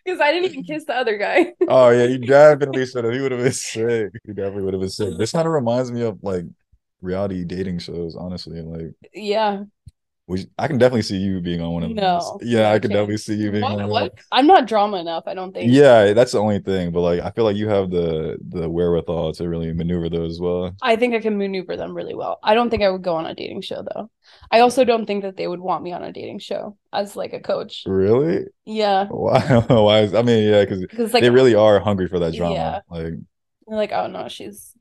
[SPEAKER 1] Because I didn't even kiss the other guy.
[SPEAKER 2] Oh yeah, you definitely should have. He would have been sick. He definitely would have been sick. This kind of reminds me of like reality dating shows. Honestly, like
[SPEAKER 1] yeah.
[SPEAKER 2] which I can definitely see you being on one of those.
[SPEAKER 1] No,
[SPEAKER 2] yeah, I can
[SPEAKER 1] can't.
[SPEAKER 2] definitely see you being
[SPEAKER 1] What-
[SPEAKER 2] on one. of
[SPEAKER 1] what? I'm not drama enough, I don't think.
[SPEAKER 2] Yeah, that's the only thing. But like, I feel like you have the the wherewithal to really maneuver those as well.
[SPEAKER 1] I think I can maneuver them really well. I don't think I would go on a dating show though. I also don't think that they would want me on a dating show as like a coach.
[SPEAKER 2] Mm. Really?
[SPEAKER 1] Yeah,
[SPEAKER 2] Why? Why is? I mean, yeah, because
[SPEAKER 1] because like
[SPEAKER 2] they really are hungry for that drama. Like,
[SPEAKER 1] they're like oh no, she's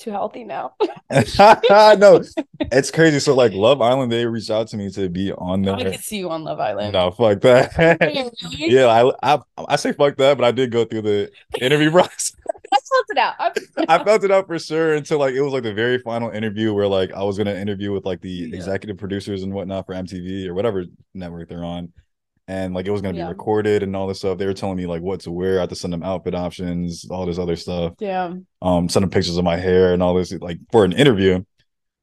[SPEAKER 1] too healthy now.
[SPEAKER 2] no, it's crazy. So like, Love Island, they reached out to me to be on
[SPEAKER 1] I
[SPEAKER 2] there.
[SPEAKER 1] could see you on Love Island.
[SPEAKER 2] No, fuck that.
[SPEAKER 1] Really?
[SPEAKER 2] yeah, I, I I say fuck that, but I did go through the interview process.
[SPEAKER 1] I felt it out. I'm-
[SPEAKER 2] I felt it out for sure until like it was like the very final interview where like I was gonna interview with like the
[SPEAKER 1] Yeah.
[SPEAKER 2] executive producers and whatnot for MTV or whatever network they're on. And like it was gonna
[SPEAKER 1] Yeah.
[SPEAKER 2] be recorded and all this stuff. They were telling me like what to wear. I had to send them outfit options, all this other stuff.
[SPEAKER 1] Damn.
[SPEAKER 2] Um, send them pictures of my hair and all this, like for an interview.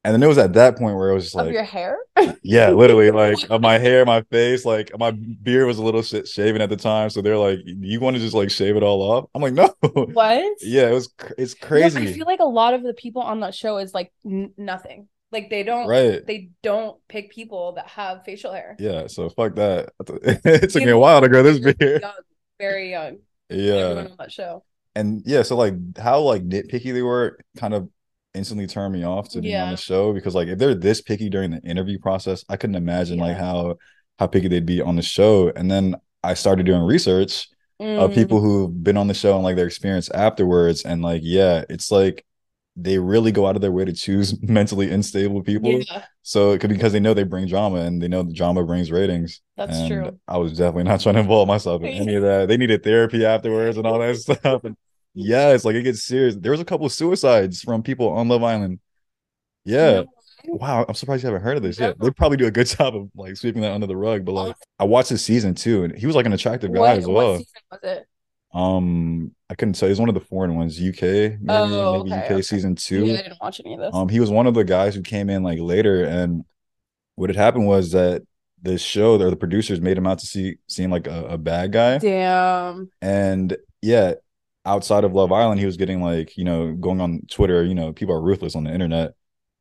[SPEAKER 2] And then it was at that point where it was just
[SPEAKER 1] Of
[SPEAKER 2] like,
[SPEAKER 1] your hair?
[SPEAKER 2] yeah, literally, like of my hair, my face, like my beard was a little sh- shaven at the time. So they're like, you want to just like shave it all off? I'm like, no.
[SPEAKER 1] What?
[SPEAKER 2] Yeah, it was. Cr- it's
[SPEAKER 1] No,
[SPEAKER 2] crazy.
[SPEAKER 1] I feel like a lot of the people on that show is like n- nothing. Like they don't
[SPEAKER 2] right.
[SPEAKER 1] they don't pick people that have facial hair.
[SPEAKER 2] Yeah, so fuck that. It took me a
[SPEAKER 1] You-
[SPEAKER 2] while to grow this
[SPEAKER 1] You're
[SPEAKER 2] beard.
[SPEAKER 1] young, very young.
[SPEAKER 2] Yeah.
[SPEAKER 1] Everyone on that show.
[SPEAKER 2] And yeah, so like how like nitpicky they were kind of instantly turned me off to being on
[SPEAKER 1] Yeah.
[SPEAKER 2] the show because like if they're this picky during the interview process, I couldn't imagine like
[SPEAKER 1] Yeah.
[SPEAKER 2] how how picky they'd be on the show. And then I started doing research of
[SPEAKER 1] Mm.
[SPEAKER 2] people who've been on the show and like their experience afterwards. And like, yeah, it's like they really go out of their way to choose mentally unstable people.
[SPEAKER 1] Yeah,
[SPEAKER 2] So it could because they know they bring drama and they know the drama brings ratings.
[SPEAKER 1] that's
[SPEAKER 2] And
[SPEAKER 1] true.
[SPEAKER 2] I was definitely not trying to involve myself in any of that. They needed therapy afterwards and all that stuff. And yeah, it's like it gets serious. There was a couple of suicides from people on Love Island. Yeah. Wow, I'm surprised you haven't heard of this. Yeah, they probably do a good job of like sweeping that under the rug. But like, I watched his season too, and he was like an attractive guy
[SPEAKER 1] what,
[SPEAKER 2] as
[SPEAKER 1] what
[SPEAKER 2] well.
[SPEAKER 1] season was it?
[SPEAKER 2] Um, I couldn't tell. He's one of the foreign ones, UK, maybe,
[SPEAKER 1] Oh,
[SPEAKER 2] maybe
[SPEAKER 1] okay,
[SPEAKER 2] UK
[SPEAKER 1] okay.
[SPEAKER 2] season two.
[SPEAKER 1] Yeah, I didn't watch any of this.
[SPEAKER 2] Um, he was one of the guys who came in like later, and what had happened was that the show or the producers made him out to see seem like a, a bad guy,
[SPEAKER 1] Damn.
[SPEAKER 2] and yeah, outside of Love Island, he was getting like, you know, going on Twitter, you know, people are ruthless on the internet.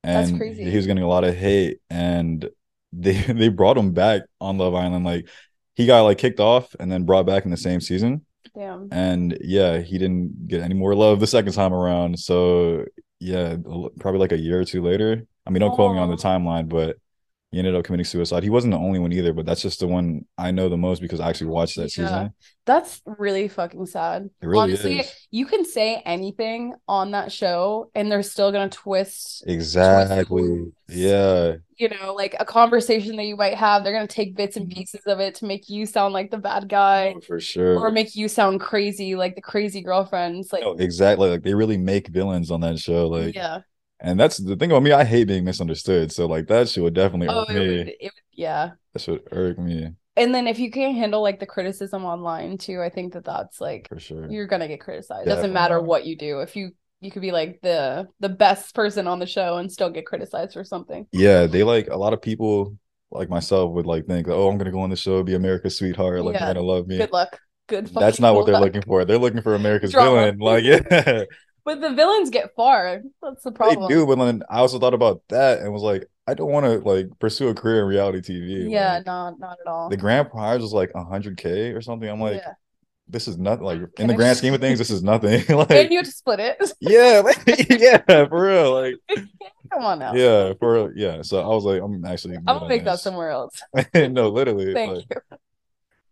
[SPEAKER 2] And
[SPEAKER 1] That's crazy.
[SPEAKER 2] he was getting a lot of hate. And they they brought him back on Love Island. Like he got like kicked off and then brought back in the same season.
[SPEAKER 1] Damn.
[SPEAKER 2] And yeah, he didn't get any more love the second time around. So yeah, l- probably like a year or two later. I mean, don't quote me on the
[SPEAKER 1] Aw.
[SPEAKER 2] timeline, but he ended up committing suicide. He wasn't the only one either, but that's just the one I know the most because I actually watched that
[SPEAKER 1] Yeah.
[SPEAKER 2] season.
[SPEAKER 1] That's really fucking sad.
[SPEAKER 2] It really
[SPEAKER 1] Honestly,
[SPEAKER 2] is.
[SPEAKER 1] you can say anything on that show and they're still going to twist,
[SPEAKER 2] Exactly. Yeah.
[SPEAKER 1] you know, like a conversation that you might have. They're going to take bits and pieces of it to make you sound like the bad guy
[SPEAKER 2] no, for sure.
[SPEAKER 1] or make you sound crazy, like the crazy girlfriends. Like,
[SPEAKER 2] No, exactly. Like they really make villains on that show. Oh, Like,
[SPEAKER 1] yeah.
[SPEAKER 2] and that's the thing about me. I hate being misunderstood. So like that shit would definitely
[SPEAKER 1] Oh,
[SPEAKER 2] irk
[SPEAKER 1] it
[SPEAKER 2] me.
[SPEAKER 1] would, it would, yeah.
[SPEAKER 2] That should irk me
[SPEAKER 1] And then if you can't handle like the criticism online too, I think that that's like
[SPEAKER 2] for sure.
[SPEAKER 1] you're gonna get criticized. Doesn't matter
[SPEAKER 2] Definitely.
[SPEAKER 1] what you do. If you you could be like the the best person on the show and still get criticized for something.
[SPEAKER 2] Yeah, they like a lot of people like myself would like think, oh, I'm gonna go on the show, be America's sweetheart, like
[SPEAKER 1] Yeah.
[SPEAKER 2] you're gonna love me.
[SPEAKER 1] Good luck. Good
[SPEAKER 2] That's
[SPEAKER 1] fucking
[SPEAKER 2] not what they're
[SPEAKER 1] luck.
[SPEAKER 2] looking for. They're looking for America's
[SPEAKER 1] Drama.
[SPEAKER 2] villain. Like, yeah.
[SPEAKER 1] But the villains get far. That's the
[SPEAKER 2] They
[SPEAKER 1] problem.
[SPEAKER 2] do, but then I also thought about that and was like, I don't want to like pursue a career in reality TV.
[SPEAKER 1] Yeah,
[SPEAKER 2] Like,
[SPEAKER 1] not not at all.
[SPEAKER 2] the grand prize was like 100K or something. I'm like,
[SPEAKER 1] yeah.
[SPEAKER 2] this is nothing. Like in
[SPEAKER 1] Can
[SPEAKER 2] the
[SPEAKER 1] I
[SPEAKER 2] grand
[SPEAKER 1] just-
[SPEAKER 2] scheme of things, this is nothing.
[SPEAKER 1] And
[SPEAKER 2] like,
[SPEAKER 1] you have to split it.
[SPEAKER 2] yeah, like, yeah, for real. Like,
[SPEAKER 1] Come on now.
[SPEAKER 2] yeah, for real. Yeah. So I was like, I'm actually.
[SPEAKER 1] I'm gonna make that somewhere else.
[SPEAKER 2] somewhere. no, literally.
[SPEAKER 1] Thank
[SPEAKER 2] like,
[SPEAKER 1] you.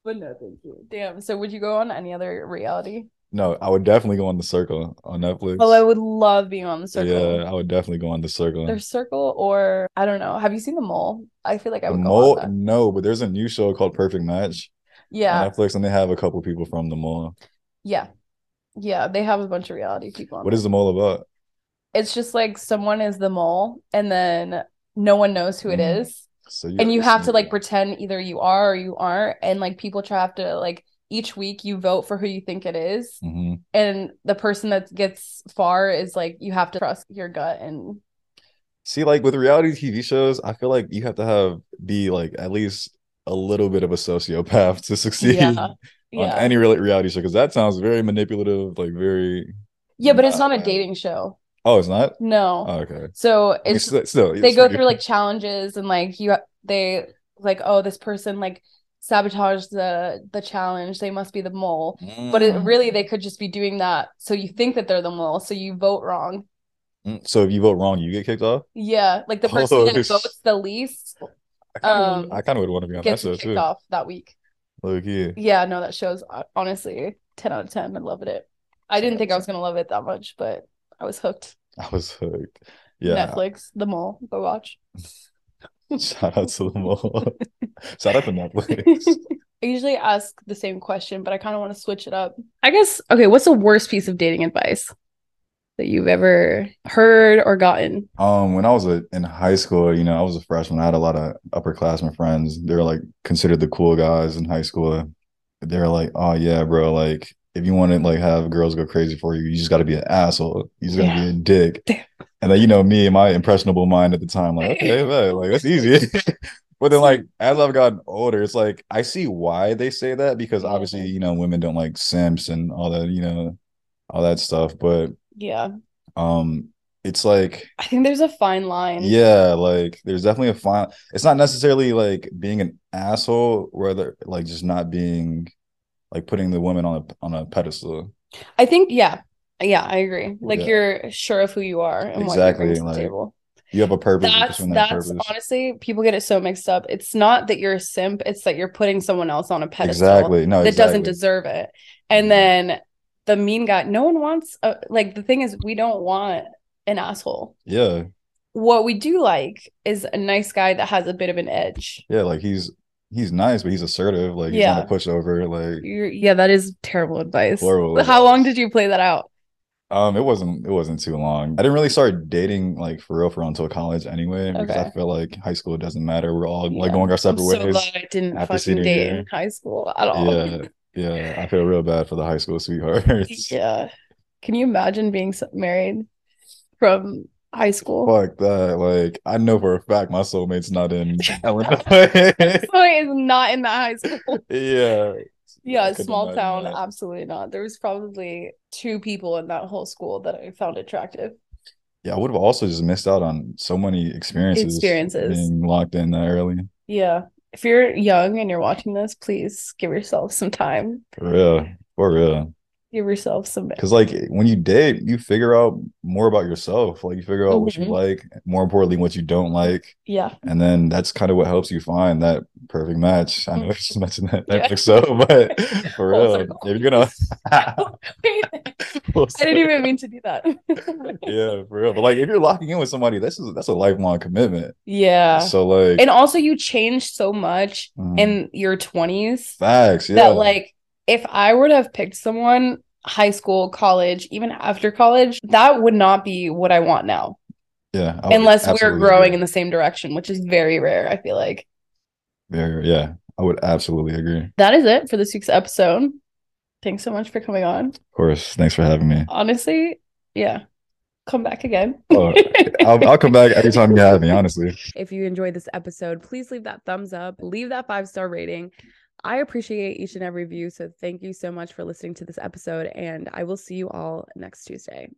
[SPEAKER 1] But no, thank you. Damn. So would you go on any other reality?
[SPEAKER 2] No, I would definitely go on the circle on Netflix.
[SPEAKER 1] Oh, I would love being on the circle.
[SPEAKER 2] Yeah, I would definitely go on the circle.
[SPEAKER 1] Their circle or I don't know. Have you seen the mole? I feel like I
[SPEAKER 2] the
[SPEAKER 1] would go
[SPEAKER 2] mole,
[SPEAKER 1] on that.
[SPEAKER 2] no, but there's a new show called Perfect Match
[SPEAKER 1] Yeah,
[SPEAKER 2] on Netflix, and they have a couple people from the mole.
[SPEAKER 1] yeah, yeah. They have a bunch of reality people. On
[SPEAKER 2] What is the mole about?
[SPEAKER 1] there. It's just like someone is the mole, and then no one knows who it
[SPEAKER 2] Mm.
[SPEAKER 1] is,
[SPEAKER 2] So
[SPEAKER 1] and you have to like
[SPEAKER 2] pretend.
[SPEAKER 1] pretend either you are or you aren't, and like people try have to like each week you vote for who you think it is,
[SPEAKER 2] Mm-hmm.
[SPEAKER 1] and the person that gets far is like you have to trust your gut and
[SPEAKER 2] See, like with reality TV shows, I feel like you have to have be like at least a little bit of a sociopath to succeed
[SPEAKER 1] Yeah,
[SPEAKER 2] on
[SPEAKER 1] yeah,
[SPEAKER 2] any real reality show because that sounds very manipulative, like very.
[SPEAKER 1] yeah. But it's not a
[SPEAKER 2] Nah.
[SPEAKER 1] dating show.
[SPEAKER 2] Oh, it's not.
[SPEAKER 1] No,
[SPEAKER 2] Oh, okay.
[SPEAKER 1] so
[SPEAKER 2] I mean,
[SPEAKER 1] it's
[SPEAKER 2] still, still,
[SPEAKER 1] they
[SPEAKER 2] it's
[SPEAKER 1] go
[SPEAKER 2] like-
[SPEAKER 1] through like challenges and like you they like oh this person like sabotaged the the challenge they must be the mole but it
[SPEAKER 2] Mm.
[SPEAKER 1] really they could just be doing that so you think that they're the mole so you vote wrong
[SPEAKER 2] Mm, So if you vote wrong, you get kicked off.
[SPEAKER 1] yeah like the person
[SPEAKER 2] Oh,
[SPEAKER 1] that
[SPEAKER 2] it's-
[SPEAKER 1] votes the least
[SPEAKER 2] I kind
[SPEAKER 1] Um,
[SPEAKER 2] of I kind of would want to be on that
[SPEAKER 1] gets
[SPEAKER 2] show
[SPEAKER 1] kicked
[SPEAKER 2] too.
[SPEAKER 1] off that week
[SPEAKER 2] Look here.
[SPEAKER 1] yeah no that shows uh, honestly 10 out of 10 i loved it i didn't think i was gonna love it that much but i was hooked
[SPEAKER 2] I was hooked. Yeah.
[SPEAKER 1] netflix the mole go watch
[SPEAKER 2] Shout out to them all. Shout out to Netflix.
[SPEAKER 1] I usually ask the same question, but I kind of want to switch it up. I guess, okay, what's the worst piece of dating advice that you've ever heard or gotten?
[SPEAKER 2] Um, when I was a, in high school, you know, I was a freshman. I had a lot of upperclassmen friends. They were like considered the cool guys in high school. They were like, "Oh yeah, bro. Like, if you want to like have girls go crazy for you, you just got to be an asshole. You just got to
[SPEAKER 1] Yeah.
[SPEAKER 2] be a dick."
[SPEAKER 1] Damn.
[SPEAKER 2] And then you know me and my impressionable mind at the time, like, okay, man, like that's easy. But then, like, as I've gotten older, it's like I see why they say that because
[SPEAKER 1] Yeah.
[SPEAKER 2] obviously, you know, women don't like simps and all that, you know, all that stuff. But
[SPEAKER 1] Yeah,
[SPEAKER 2] um, it's like.
[SPEAKER 1] I think there's a fine line.
[SPEAKER 2] Yeah, like there's definitely a fine. It's not necessarily like being an asshole, rather like just not being like putting the woman on a on a pedestal.
[SPEAKER 1] I think, yeah, yeah, I agree. Like
[SPEAKER 2] Yeah.
[SPEAKER 1] you're sure of who you are and what you
[SPEAKER 2] Exactly,
[SPEAKER 1] bring to
[SPEAKER 2] like,
[SPEAKER 1] the table.
[SPEAKER 2] You have a purpose. you're
[SPEAKER 1] That's
[SPEAKER 2] pursuing that
[SPEAKER 1] that's
[SPEAKER 2] purpose.
[SPEAKER 1] honestly, people get it so mixed up. It's not that you're a simp; it's that you're putting someone else on a pedestal.
[SPEAKER 2] Exactly. No,
[SPEAKER 1] that
[SPEAKER 2] Oh, exactly.
[SPEAKER 1] doesn't deserve it. And then the mean guy, no one wants, a, like, the thing is, we don't want an asshole.
[SPEAKER 2] Yeah,
[SPEAKER 1] What we do like is a nice guy that has a bit of an edge.
[SPEAKER 2] yeah. Like he's he's nice, but he's assertive. Like he's not
[SPEAKER 1] Yeah.
[SPEAKER 2] a pushover. Like
[SPEAKER 1] You're, yeah, that is terrible advice.
[SPEAKER 2] Horrible
[SPEAKER 1] But How
[SPEAKER 2] advice.
[SPEAKER 1] long did you play that out?
[SPEAKER 2] um, it wasn't it wasn't too long. I didn't really start dating like for real for real until college anyway because I
[SPEAKER 1] Okay.
[SPEAKER 2] feel like high school doesn't matter. We're all
[SPEAKER 1] Yeah.
[SPEAKER 2] like going our
[SPEAKER 1] I'm
[SPEAKER 2] separate
[SPEAKER 1] so
[SPEAKER 2] ways.
[SPEAKER 1] glad I didn't
[SPEAKER 2] after
[SPEAKER 1] fucking
[SPEAKER 2] senior
[SPEAKER 1] date
[SPEAKER 2] year.
[SPEAKER 1] in high school at all.
[SPEAKER 2] Yeah, yeah. I feel real bad for the high school sweethearts.
[SPEAKER 1] Yeah. Can you imagine being s- married from high school?
[SPEAKER 2] Fuck that. Like, I know for a fact my soulmate's not in Illinois.
[SPEAKER 1] Chloe is not in that high school.
[SPEAKER 2] yeah.
[SPEAKER 1] Yeah,
[SPEAKER 2] Couldn't
[SPEAKER 1] small town,
[SPEAKER 2] imagine that.
[SPEAKER 1] absolutely not. There was probably two people in that whole school that I found attractive.
[SPEAKER 2] Yeah, I would have also just missed out on so many experiences.
[SPEAKER 1] Experiences.
[SPEAKER 2] Being locked in that early.
[SPEAKER 1] Yeah. If you're young and you're watching this, please give yourself some time.
[SPEAKER 2] For real. For real.
[SPEAKER 1] Give yourself some
[SPEAKER 2] Because, like, when you date, you figure out more about yourself. Like, you figure out what you
[SPEAKER 1] Mhm.
[SPEAKER 2] like, more importantly, what you don't like.
[SPEAKER 1] yeah.
[SPEAKER 2] And then that's kind of what helps you find that perfect match. I know
[SPEAKER 1] Mhm.
[SPEAKER 2] I just mentioned that,
[SPEAKER 1] Yeah.
[SPEAKER 2] that so, but for
[SPEAKER 1] Full
[SPEAKER 2] real,
[SPEAKER 1] circle.
[SPEAKER 2] if you're going to.
[SPEAKER 1] Wait, I didn't even mean to do that.
[SPEAKER 2] yeah, for real. But like, if you're locking in with somebody, that's that's a lifelong commitment.
[SPEAKER 1] Yeah.
[SPEAKER 2] So like,
[SPEAKER 1] And also you change so much
[SPEAKER 2] mm,
[SPEAKER 1] in your 20s
[SPEAKER 2] facts, yeah,
[SPEAKER 1] that like if I were to have picked someone high school, college, even after college, that would not be what I want now.
[SPEAKER 2] yeah, I would
[SPEAKER 1] Unless we're
[SPEAKER 2] Oh, absolutely
[SPEAKER 1] growing
[SPEAKER 2] agree.
[SPEAKER 1] in the same direction, which is very rare, I feel like.
[SPEAKER 2] Very, yeah, I would absolutely agree. Of
[SPEAKER 1] That is it for this week's episode. Thanks so much for coming on.
[SPEAKER 2] course, thanks for having me.
[SPEAKER 1] Honestly, yeah. Come back again.
[SPEAKER 2] Oh, I'll, I'll come back every time you have me. Honestly,
[SPEAKER 1] If you enjoyed this episode, please leave that thumbs up, leave that five star rating. I appreciate each and every view. So thank you so much for listening to this episode, and I will see you all next Tuesday.